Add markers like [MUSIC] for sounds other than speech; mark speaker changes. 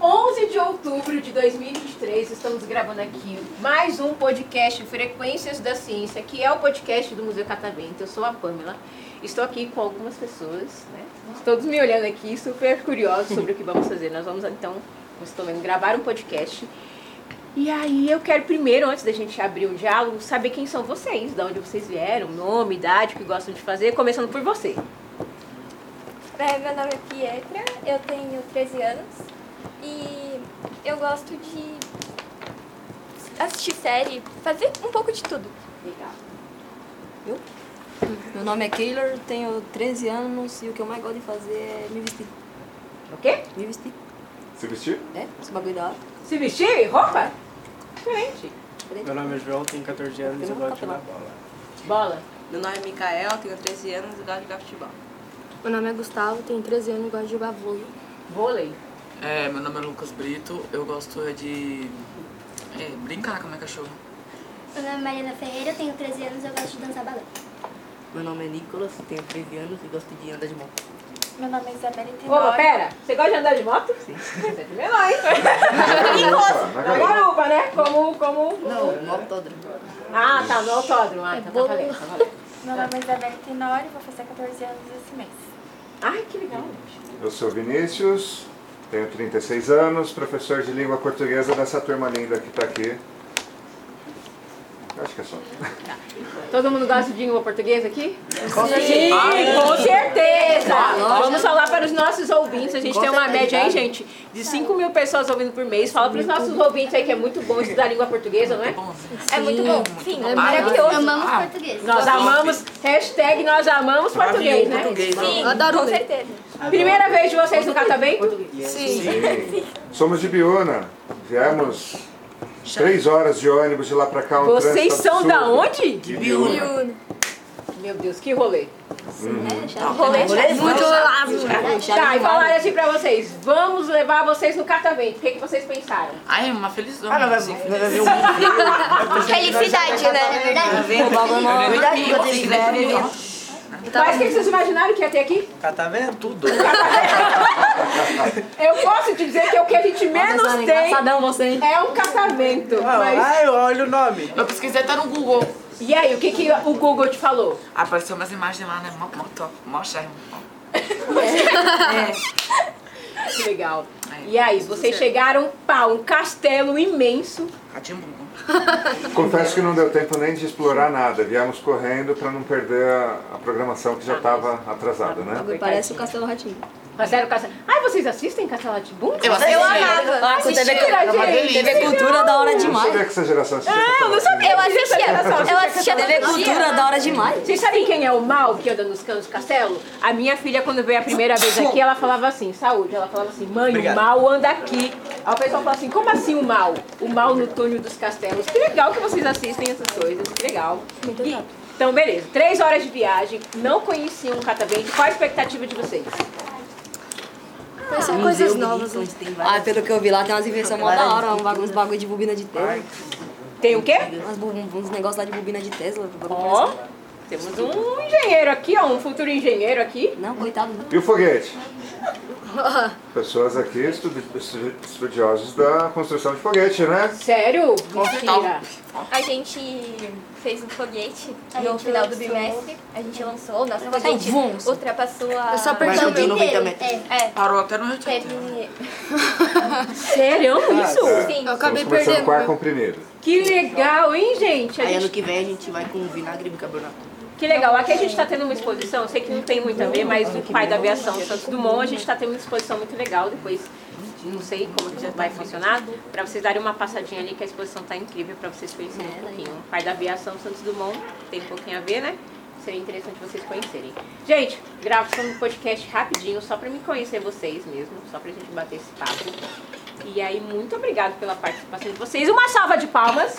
Speaker 1: 11 de outubro de 2023, estamos gravando aqui mais um podcast Frequências da Ciência, que é o podcast do Museu Catavento. Eu sou a Pamela, estou aqui com algumas pessoas, né? Todos me olhando aqui, super curiosos sobre o que vamos fazer. Nós vamos então, como estão vendo, gravar um podcast. E aí eu quero primeiro, antes da gente abrir o diálogo, saber quem são vocês, de onde vocês vieram, nome, idade, o que gostam de fazer, começando por você.
Speaker 2: É, meu nome é Pietra, eu tenho 13 anos e eu gosto de assistir série, fazer um pouco de tudo.
Speaker 1: Legal.
Speaker 3: Meu nome é Keylor, tenho 13 anos e o que eu mais gosto de fazer é me vestir.
Speaker 1: Ok?
Speaker 3: Me vestir,
Speaker 4: Se vestir?
Speaker 3: é? Esse bagulho da hora.
Speaker 1: Se vestir? Roupa? Diferente.
Speaker 5: Meu nome é João, tenho 14 anos e
Speaker 3: Eu não
Speaker 5: gosto de
Speaker 3: vou
Speaker 5: jogar
Speaker 3: falar.
Speaker 5: bola.
Speaker 1: Bola.
Speaker 6: Meu nome é Micael, tenho 13 anos e gosto de jogar futebol.
Speaker 7: Meu nome é Gustavo, tenho 13 anos e gosto de jogar vôlei.
Speaker 1: Vôlei.
Speaker 8: É, meu nome é Lucas Brito, eu gosto é de é, brincar com a minha cachorra.
Speaker 2: Meu nome é Mariana Ferreira, eu tenho 13 anos e eu gosto de dançar balé.
Speaker 3: Meu nome é Nicolas, tenho 13 anos e gosto de andar de moto.
Speaker 2: Meu nome é Isabela e
Speaker 1: Ô, mas pera, você gosta de andar de moto? Sim. Você é de menor, [LAUGHS] hein?
Speaker 4: Na
Speaker 1: Na
Speaker 4: garupa.
Speaker 1: garupa, né? Como, como...
Speaker 3: Não, no autódromo.
Speaker 1: Ah, tá, no autódromo. Ah, tá, tá valendo, tá valendo.
Speaker 2: Meu nome é Isabela Tenório, vou fazer 14 anos esse mês.
Speaker 1: Ai, que legal.
Speaker 4: Eu sou Vinícius, tenho 36 anos, professor de língua portuguesa dessa turma linda que tá aqui. Acho que é só.
Speaker 1: Todo mundo gosta de língua portuguesa aqui? Sim, com certeza. Vamos falar para os nossos ouvintes. A gente tem uma média aí, gente, de 5 mil pessoas ouvindo por mês. Fala para os nossos ouvintes aí que é muito bom estudar língua portuguesa, não é?
Speaker 8: Bom, né?
Speaker 2: É muito bom.
Speaker 1: Sim,
Speaker 8: bom.
Speaker 1: é maravilhoso.
Speaker 7: Amamos
Speaker 8: Ah,
Speaker 7: português.
Speaker 1: Nós amamos, hashtag nós amamos português, né?
Speaker 8: português, né?
Speaker 2: Sim,
Speaker 7: adoro
Speaker 2: com
Speaker 7: ler.
Speaker 2: certeza.
Speaker 1: Primeira vez de vocês no Catavento?
Speaker 4: Sim. Somos de Biúna, viemos três horas de ônibus de lá pra cá. Um
Speaker 1: Vocês
Speaker 4: trânsito
Speaker 1: são
Speaker 4: absurdo.
Speaker 1: da onde?
Speaker 4: De Biúna.
Speaker 1: Meu Deus, que rolê.
Speaker 2: É, Rolê
Speaker 3: Muito
Speaker 1: Tá, e falaram assim pra vocês, vamos levar vocês no catavento. O que, que vocês pensaram?
Speaker 8: Ai, é uma felizona.
Speaker 5: Ah, não vai,
Speaker 8: assim.
Speaker 5: não vai ver um
Speaker 2: Felicidade, né?
Speaker 6: Tá
Speaker 8: Eu nem vi, eu nem vi.
Speaker 6: né?
Speaker 1: Mas o que, que vocês imaginaram que ia ter aqui?
Speaker 5: catavento? Tá Tudo.
Speaker 1: Eu posso te dizer que o que a gente menos tem
Speaker 3: Engraçadão você, hein?
Speaker 1: é um catavento.
Speaker 5: Ah,
Speaker 1: Mas...
Speaker 5: ai, olha o nome.
Speaker 8: Eu pesquisei até no Google.
Speaker 1: E aí, o que, que o Google te falou?
Speaker 8: Apareceu umas imagens lá, né? Mó, mó top, mó charme.
Speaker 6: É.
Speaker 3: É.
Speaker 1: Que legal. E aí, vocês chegaram, pá, um castelo imenso.
Speaker 8: Catimbungo.
Speaker 4: Confesso que não deu tempo nem de explorar nada. Viemos correndo pra não perder a, a programação que já estava atrasada,
Speaker 3: Ah,
Speaker 4: né?
Speaker 3: Parece o Castelo Ratinho.
Speaker 1: Mas era o castelo... Ai, vocês assistem Castelo Atibum?
Speaker 8: Eu assisti.
Speaker 3: Ah, com TV,
Speaker 1: Mentira,
Speaker 3: é uma
Speaker 1: gente.
Speaker 3: TV Cultura da hora
Speaker 4: Eu não
Speaker 3: é demais.
Speaker 4: sabia que essa geração assistia.
Speaker 1: Ah,
Speaker 4: Eu não
Speaker 2: Eu assistia, eu assistia
Speaker 3: TV Cultura da hora demais.
Speaker 1: Vocês sabem quem é o mal que anda nos cantos do castelo? A minha filha, quando veio a primeira vez aqui, ela falava assim, saúde. Ela falava assim, mãe,
Speaker 5: Obrigado.
Speaker 1: o mal anda aqui. Aí o pessoal fala assim, como assim o mal? O mal no túnel dos castelos. Que legal que vocês assistem essas coisas, que legal. Muito legal. Então, beleza. Três horas de viagem, não conheciam o Catavento. Qual a expectativa de vocês?
Speaker 7: Mas são coisas novas. né?
Speaker 3: Ah, pelo que eu vi lá, tem umas invenções mó da hora, um bagulho- uns bagulho de bobina de Tesla.
Speaker 1: Tem o quê?
Speaker 3: Umas bu- Uns negócios lá de bobina de Tesla. um bagulho
Speaker 1: Ó, temos um engenheiro aqui, ó, um futuro engenheiro aqui.
Speaker 3: Não, coitado. não.
Speaker 4: E o foguete?
Speaker 7: Ah.
Speaker 4: Pessoas aqui estudo, estu- estudiosos da construção de foguete, né?
Speaker 1: Sério? Mentira.
Speaker 2: A gente fez um foguete no final do bimestre. A gente lançou, nossa foguete ultrapassou a...
Speaker 7: Eu só apertei o dedo.
Speaker 2: É,
Speaker 8: Parou até no Rio de Janeiro.
Speaker 2: teve...
Speaker 1: Sério
Speaker 5: Ah,
Speaker 1: isso?
Speaker 2: Sim,
Speaker 5: tá.
Speaker 7: Eu
Speaker 4: É. Estamos
Speaker 7: acabei
Speaker 4: começando
Speaker 7: perdendo.
Speaker 4: com ar
Speaker 7: meu.
Speaker 4: comprimido.
Speaker 1: Que legal, hein, gente? A gente
Speaker 3: que vem a gente vai com vinagre bicarbonato.
Speaker 1: Que legal, aqui a gente está tendo uma exposição, eu sei que não tem muito a ver, mas o pai da aviação Santos Dumont, a gente está tendo uma exposição muito legal depois. Não sei como que vai funcionar, para vocês darem uma passadinha ali, que a exposição está incrível para vocês conhecerem um pouquinho. O pai da aviação Santos Dumont tem um pouquinho a ver, né? Seria interessante vocês conhecerem. Gente, gravando um podcast rapidinho, só para me conhecer vocês mesmo, só para a gente bater esse papo. E aí, muito obrigado pela participação de vocês. Uma salva de palmas.